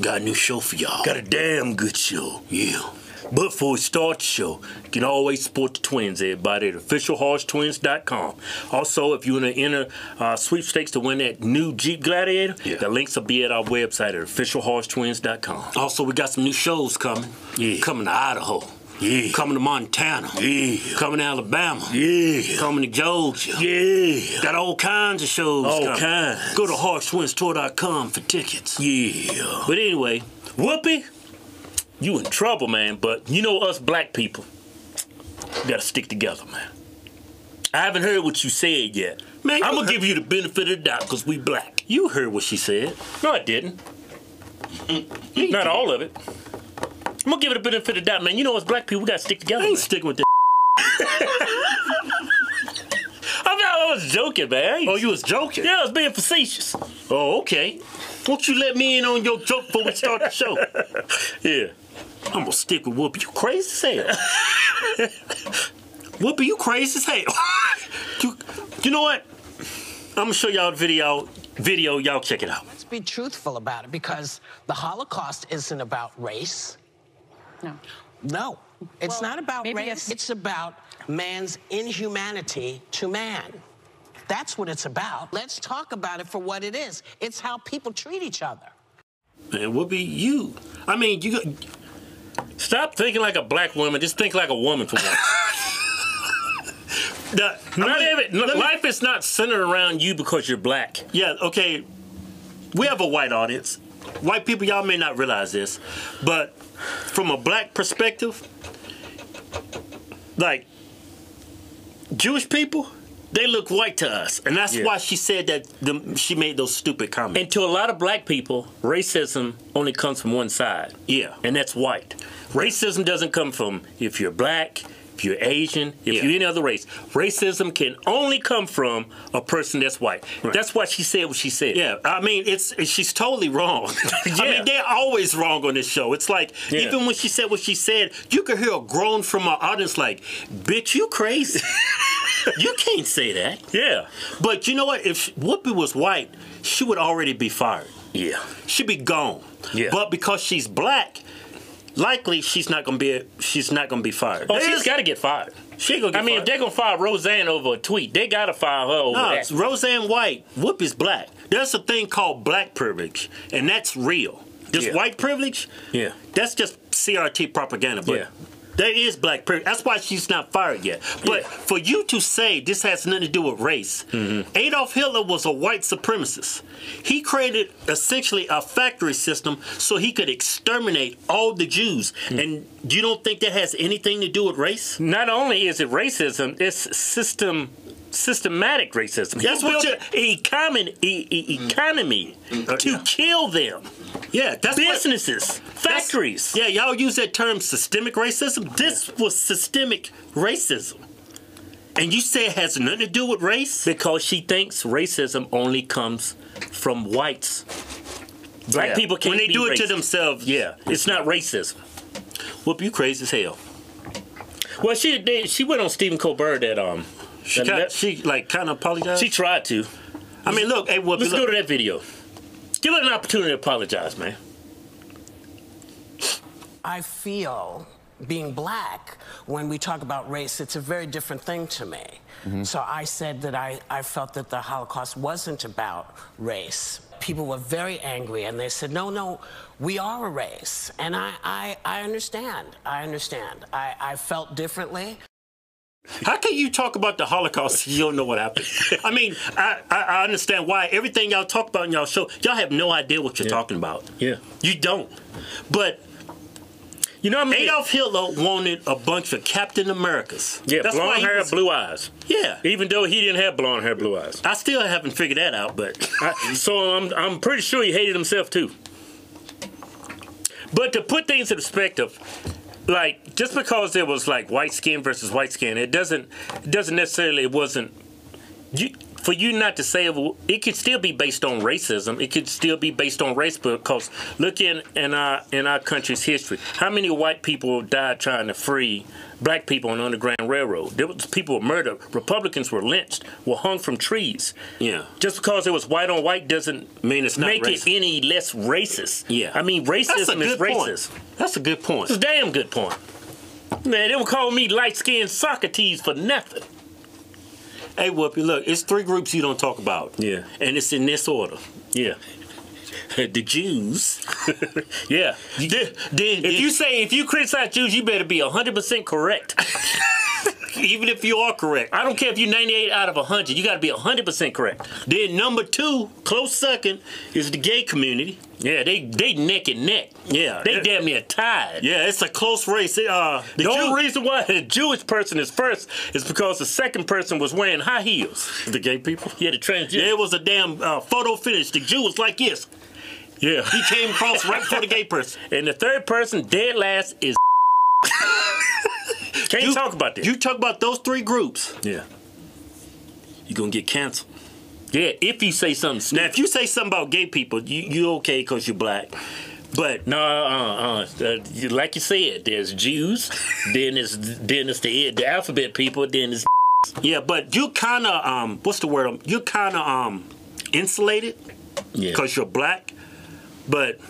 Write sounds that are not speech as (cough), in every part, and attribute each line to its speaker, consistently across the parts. Speaker 1: got a new show for y'all.
Speaker 2: Got a damn good show.
Speaker 1: Yeah.
Speaker 2: But before we start the show, you can always support the twins, everybody, at officialhorsetwins.com. Also, if you want to enter uh, sweepstakes to win that new Jeep Gladiator,
Speaker 1: Yeah.
Speaker 2: the links will be at our website at officialhorsetwins.com.
Speaker 1: Also, we got some new shows coming.
Speaker 2: Yeah.
Speaker 1: Coming to Idaho.
Speaker 2: Yeah.
Speaker 1: Coming to Montana.
Speaker 2: Yeah.
Speaker 1: Coming to Alabama.
Speaker 2: Yeah.
Speaker 1: Coming to Georgia.
Speaker 2: Yeah.
Speaker 1: Got all kinds of shows
Speaker 2: All
Speaker 1: coming.
Speaker 2: kinds.
Speaker 1: Go to horsetwinstour.com for tickets.
Speaker 2: Yeah. But anyway, Whoopi, you in trouble, man. But you know us black people, we gotta stick together, man. I haven't heard what you said yet.
Speaker 1: Man, you
Speaker 2: I'm gonna
Speaker 1: heard-
Speaker 2: give you the benefit of the doubt because we black. You heard what she said. No, I didn't. Not all of it. I'm gonna give it a benefit of the doubt, man. You know us black people, we gotta stick together.
Speaker 1: I ain't
Speaker 2: man.
Speaker 1: sticking with (laughs) that.
Speaker 2: (laughs) I, mean, I was joking, man. I ain't-
Speaker 1: Oh, you was joking?
Speaker 2: Yeah, I was being facetious.
Speaker 1: Oh, okay. Won't you let me in on your joke before we start the show?
Speaker 2: Yeah.
Speaker 1: I'm gonna stick with Whoopi. You crazy as hell. Whoopi, you crazy as hell. (laughs) you, you know what? I'm gonna show y'all the video. Video, y'all check it out.
Speaker 3: Let's be truthful about it because the Holocaust isn't about race.
Speaker 4: No.
Speaker 3: No, it's
Speaker 4: Well,
Speaker 3: not about
Speaker 4: maybe
Speaker 3: race.
Speaker 4: if-
Speaker 3: It's about man's inhumanity to man. That's what it's about. Let's talk about it for what it is. It's how people treat each other.
Speaker 1: Man, Whoopi, you. I mean, you. got-
Speaker 2: Stop thinking like a black woman. Just think like a woman for once.
Speaker 1: That, I
Speaker 2: not
Speaker 1: mean,
Speaker 2: every, no,
Speaker 1: let me-
Speaker 2: life is not centered around you because you're black.
Speaker 1: Yeah, okay. We have a white audience. White people, y'all may not realize this, but from a black perspective, like Jewish people, they look white to us, and that's
Speaker 2: Yeah.
Speaker 1: why she said that the, she made those stupid comments.
Speaker 2: And to a lot of black people, racism only comes from one side.
Speaker 1: yeah,
Speaker 2: And that's white. Racism doesn't come from if you're black, if you're Asian, if
Speaker 1: Yeah.
Speaker 2: you're any other race. Racism can only come from a person that's white.
Speaker 1: Right.
Speaker 2: That's why she said what she said.
Speaker 1: yeah. I mean, it's she's totally
Speaker 2: (laughs)
Speaker 1: wrong. I
Speaker 2: Yeah.
Speaker 1: mean, they're always wrong on this show. It's like
Speaker 2: Yeah.
Speaker 1: even when she said what she said, you could hear a groan from our audience, like, "Bitch, you
Speaker 2: (laughs)
Speaker 1: crazy." You can't say that.
Speaker 2: Yeah.
Speaker 1: But you know what? If Whoopi was white, she would already be fired.
Speaker 2: Yeah.
Speaker 1: She'd be gone.
Speaker 2: Yeah.
Speaker 1: But because she's black, likely she's not gonna be she's not gonna be fired.
Speaker 2: Oh, she's got to get fired.
Speaker 1: she ain't gonna get
Speaker 2: I mean, if
Speaker 1: fired.
Speaker 2: they're going to fire Roseanne over a tweet, they got to fire her over
Speaker 1: No,
Speaker 2: that.
Speaker 1: it's Roseanne White, Whoopi's black. There's a thing called black privilege, and that's real. This
Speaker 2: Yeah.
Speaker 1: white privilege,
Speaker 2: Yeah.
Speaker 1: that's just CRT propaganda. But
Speaker 2: Yeah.
Speaker 1: there is black privilege. That's why she's not fired yet. But
Speaker 2: Yeah. Mm-hmm.
Speaker 1: for you to say this has nothing to do with race, Adolf Hitler was a white supremacist. He created essentially a factory system so he could exterminate all the Jews. And you don't think that has anything to do with race?
Speaker 2: Mm. not only is it racism, it's system systematic racism.
Speaker 1: That's
Speaker 2: He
Speaker 1: what
Speaker 2: built an economy, e- e- economy to
Speaker 1: Mm. yeah.
Speaker 2: kill them.
Speaker 1: Yeah, that's what-
Speaker 2: Businesses, factories.
Speaker 1: Yeah, y'all use that term systemic racism. This was systemic racism. And you say it has nothing to do with race?
Speaker 2: Because she thinks racism only comes from whites. Black
Speaker 1: Yeah.
Speaker 2: people can't
Speaker 1: When they
Speaker 2: be
Speaker 1: do it to
Speaker 2: racist.
Speaker 1: themselves,
Speaker 2: Yeah, it's not racism.
Speaker 1: whoop, you crazy as hell.
Speaker 2: Well, she they, she went on Stephen Colbert that um.
Speaker 1: She,
Speaker 2: that-
Speaker 1: got,
Speaker 2: that-
Speaker 1: she like kind of apologized.
Speaker 2: she tried to.
Speaker 1: I mean, look, hey, whoop,
Speaker 2: Let's
Speaker 1: look,
Speaker 2: go to that video. Give her an opportunity to apologize, man.
Speaker 3: I feel being black when we talk about race, it's a very different thing to me. So I said that I, I felt that the Holocaust wasn't about race. People were very angry and they said, no, no, we are a race. And I, I, I understand. I understand. I, I felt differently.
Speaker 1: how can you talk about the Holocaust? if You don't know what happened. I mean, I, I, I understand why everything y'all talk about in y'all show, y'all have no idea what you're talking about.
Speaker 2: Yeah.
Speaker 1: You don't. But
Speaker 2: You know what I mean?
Speaker 1: Adolf Hitler wanted a bunch of Captain Americas.
Speaker 2: Yeah,
Speaker 1: That's why
Speaker 2: blonde
Speaker 1: he
Speaker 2: hair,
Speaker 1: was-
Speaker 2: blue eyes.
Speaker 1: Yeah.
Speaker 2: Even though he didn't have blonde hair, blue eyes.
Speaker 1: I still haven't figured that out, but
Speaker 2: I- so I'm, I'm pretty sure he hated himself too. But to put things in perspective, like just because it was like white skin versus white skin, it doesn't it doesn't necessarily it wasn't. You, for you not to say well, it could still be based on racism. It could still be based on race because look in in our in our country's history, how many white people died trying to free black people on the Underground Railroad? There was people were murdered. Republicans were lynched, were hung from trees.
Speaker 1: Yeah.
Speaker 2: Just because it was white on white doesn't
Speaker 1: Mean it's not
Speaker 2: make
Speaker 1: racist.
Speaker 2: it any less racist.
Speaker 1: Yeah.
Speaker 2: I mean racism
Speaker 1: That's a
Speaker 2: is
Speaker 1: good
Speaker 2: racist.
Speaker 1: point. That's a good point.
Speaker 2: It's a damn good point. Man, they would call me light skinned Socrates for nothing.
Speaker 1: Hey, Whoopi, look, it's three groups you don't talk about.
Speaker 2: Yeah.
Speaker 1: And it's in this order.
Speaker 2: Yeah.
Speaker 1: (laughs) the Jews.
Speaker 2: (laughs) Yeah.
Speaker 1: then, then,
Speaker 2: If you say if you criticize Jews, you better be hundred percent correct.
Speaker 1: even if you are correct,
Speaker 2: I don't care if you're ninety eight out of hundred, you gotta be hundred percent correct.
Speaker 1: then number two, close second, is the gay community.
Speaker 2: Yeah, they they neck and neck.
Speaker 1: Yeah.
Speaker 2: They damn near tied.
Speaker 1: yeah, it's a close race. It, uh, the
Speaker 2: The
Speaker 1: Jew-
Speaker 2: only reason why the Jewish person is first is because the second person was wearing high heels.
Speaker 1: the gay people.
Speaker 2: Yeah, the transgender.
Speaker 1: Yeah, it was a damn uh, photo finish. The Jew was like this.
Speaker 2: Yeah.
Speaker 1: He came across right before the
Speaker 2: (laughs)
Speaker 1: gay person.
Speaker 2: And the third person, dead last, is. (laughs) Can't
Speaker 1: You-
Speaker 2: talk about this.
Speaker 1: You talk about those three groups.
Speaker 2: yeah.
Speaker 1: You're gonna get canceled.
Speaker 2: Yeah, if you say something stupid.
Speaker 1: Now, if you say something about gay people, you you okay because you're black, but
Speaker 2: No, uh, uh, uh, you- like you said, there's Jews,
Speaker 1: (laughs)
Speaker 2: then it's then it's the the alphabet people, then it's
Speaker 1: (laughs) yeah, but you kind of um, what's the word? You kind of um, insulated
Speaker 2: yeah,
Speaker 1: because you're black, but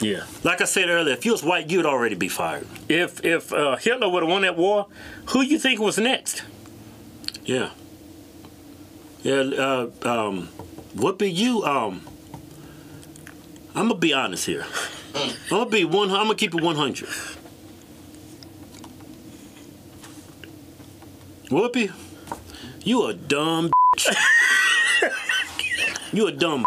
Speaker 2: yeah.
Speaker 1: like I said earlier, if you was white, you'd already be fired.
Speaker 2: If if uh, Hitler would have won that war, who you think was next?
Speaker 1: Yeah. Yeah. Uh, um, what be you? Um, I'm gonna be honest here. I'm gonna be one. I'm gonna keep it 100. Whoopi, you a dumb. (laughs) bitch. you a dumb.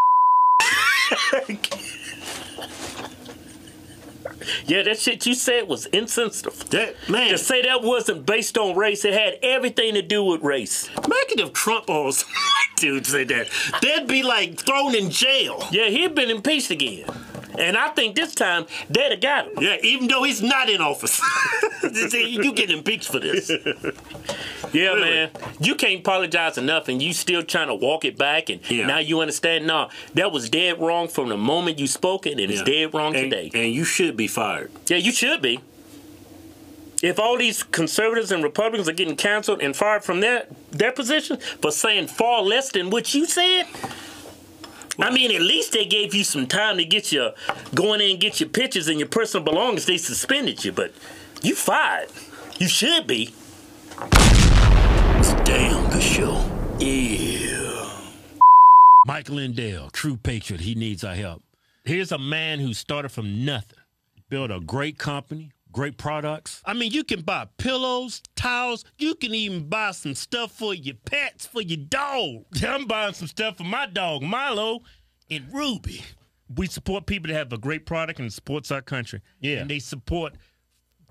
Speaker 2: Yeah, that shit you said was insensitive.
Speaker 1: That man.
Speaker 2: To say that wasn't based on race, it had everything to do with race.
Speaker 1: Imagine if Trump or some white dude said that. They'd be like thrown in jail.
Speaker 2: Yeah, he'd been impeached again, and I think this time they'd have got him.
Speaker 1: Yeah, even though he's not in office. (laughs) See, you get impeached for this.
Speaker 2: Yeah,
Speaker 1: Really.
Speaker 2: man. You can't apologize enough, and you still trying to walk it back, and
Speaker 1: Yeah.
Speaker 2: now you understand. No, that was dead wrong from the moment you spoke it, and it's
Speaker 1: Yeah.
Speaker 2: dead wrong
Speaker 1: And-
Speaker 2: today.
Speaker 1: And you should be fired.
Speaker 2: yeah, you should be. If all these conservatives and Republicans are getting canceled and fired from their their position for saying far less than what you said, I mean, at least they gave you some time to get your going in and get your pictures and your personal belongings. They suspended you, but you fired. You should be.
Speaker 1: Damn good show. Yeah.
Speaker 2: Mike Lindell, true patriot, he needs our help. Here's a man who started from nothing,
Speaker 1: Build a great company, great products. I mean, you can buy pillows, towels. You can even buy some stuff for your pets, for your dog.
Speaker 2: (laughs) I'm buying some stuff for my dog Milo and Ruby. We support people that have a great product and supports our country.
Speaker 1: Yeah.
Speaker 2: and they support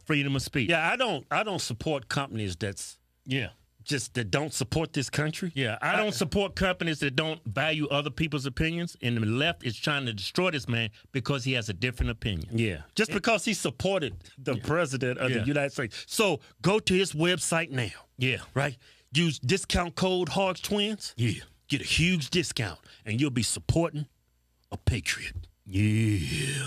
Speaker 2: freedom of speech.
Speaker 1: Yeah, I don't. I don't support companies that's
Speaker 2: yeah,
Speaker 1: just that don't support this country.
Speaker 2: yeah. I don't support companies that don't value other people's opinions, and the left is trying to destroy this man because he has a different opinion.
Speaker 1: Yeah. Just because he supported the president of
Speaker 2: Yeah.
Speaker 1: the United States. So go to his website now,
Speaker 2: Yeah,
Speaker 1: right? Use discount code Hogs Twins.
Speaker 2: yeah,
Speaker 1: Get a huge discount, and you'll be supporting a patriot.
Speaker 2: yeah.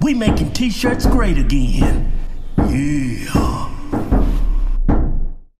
Speaker 2: We making t-shirts great again.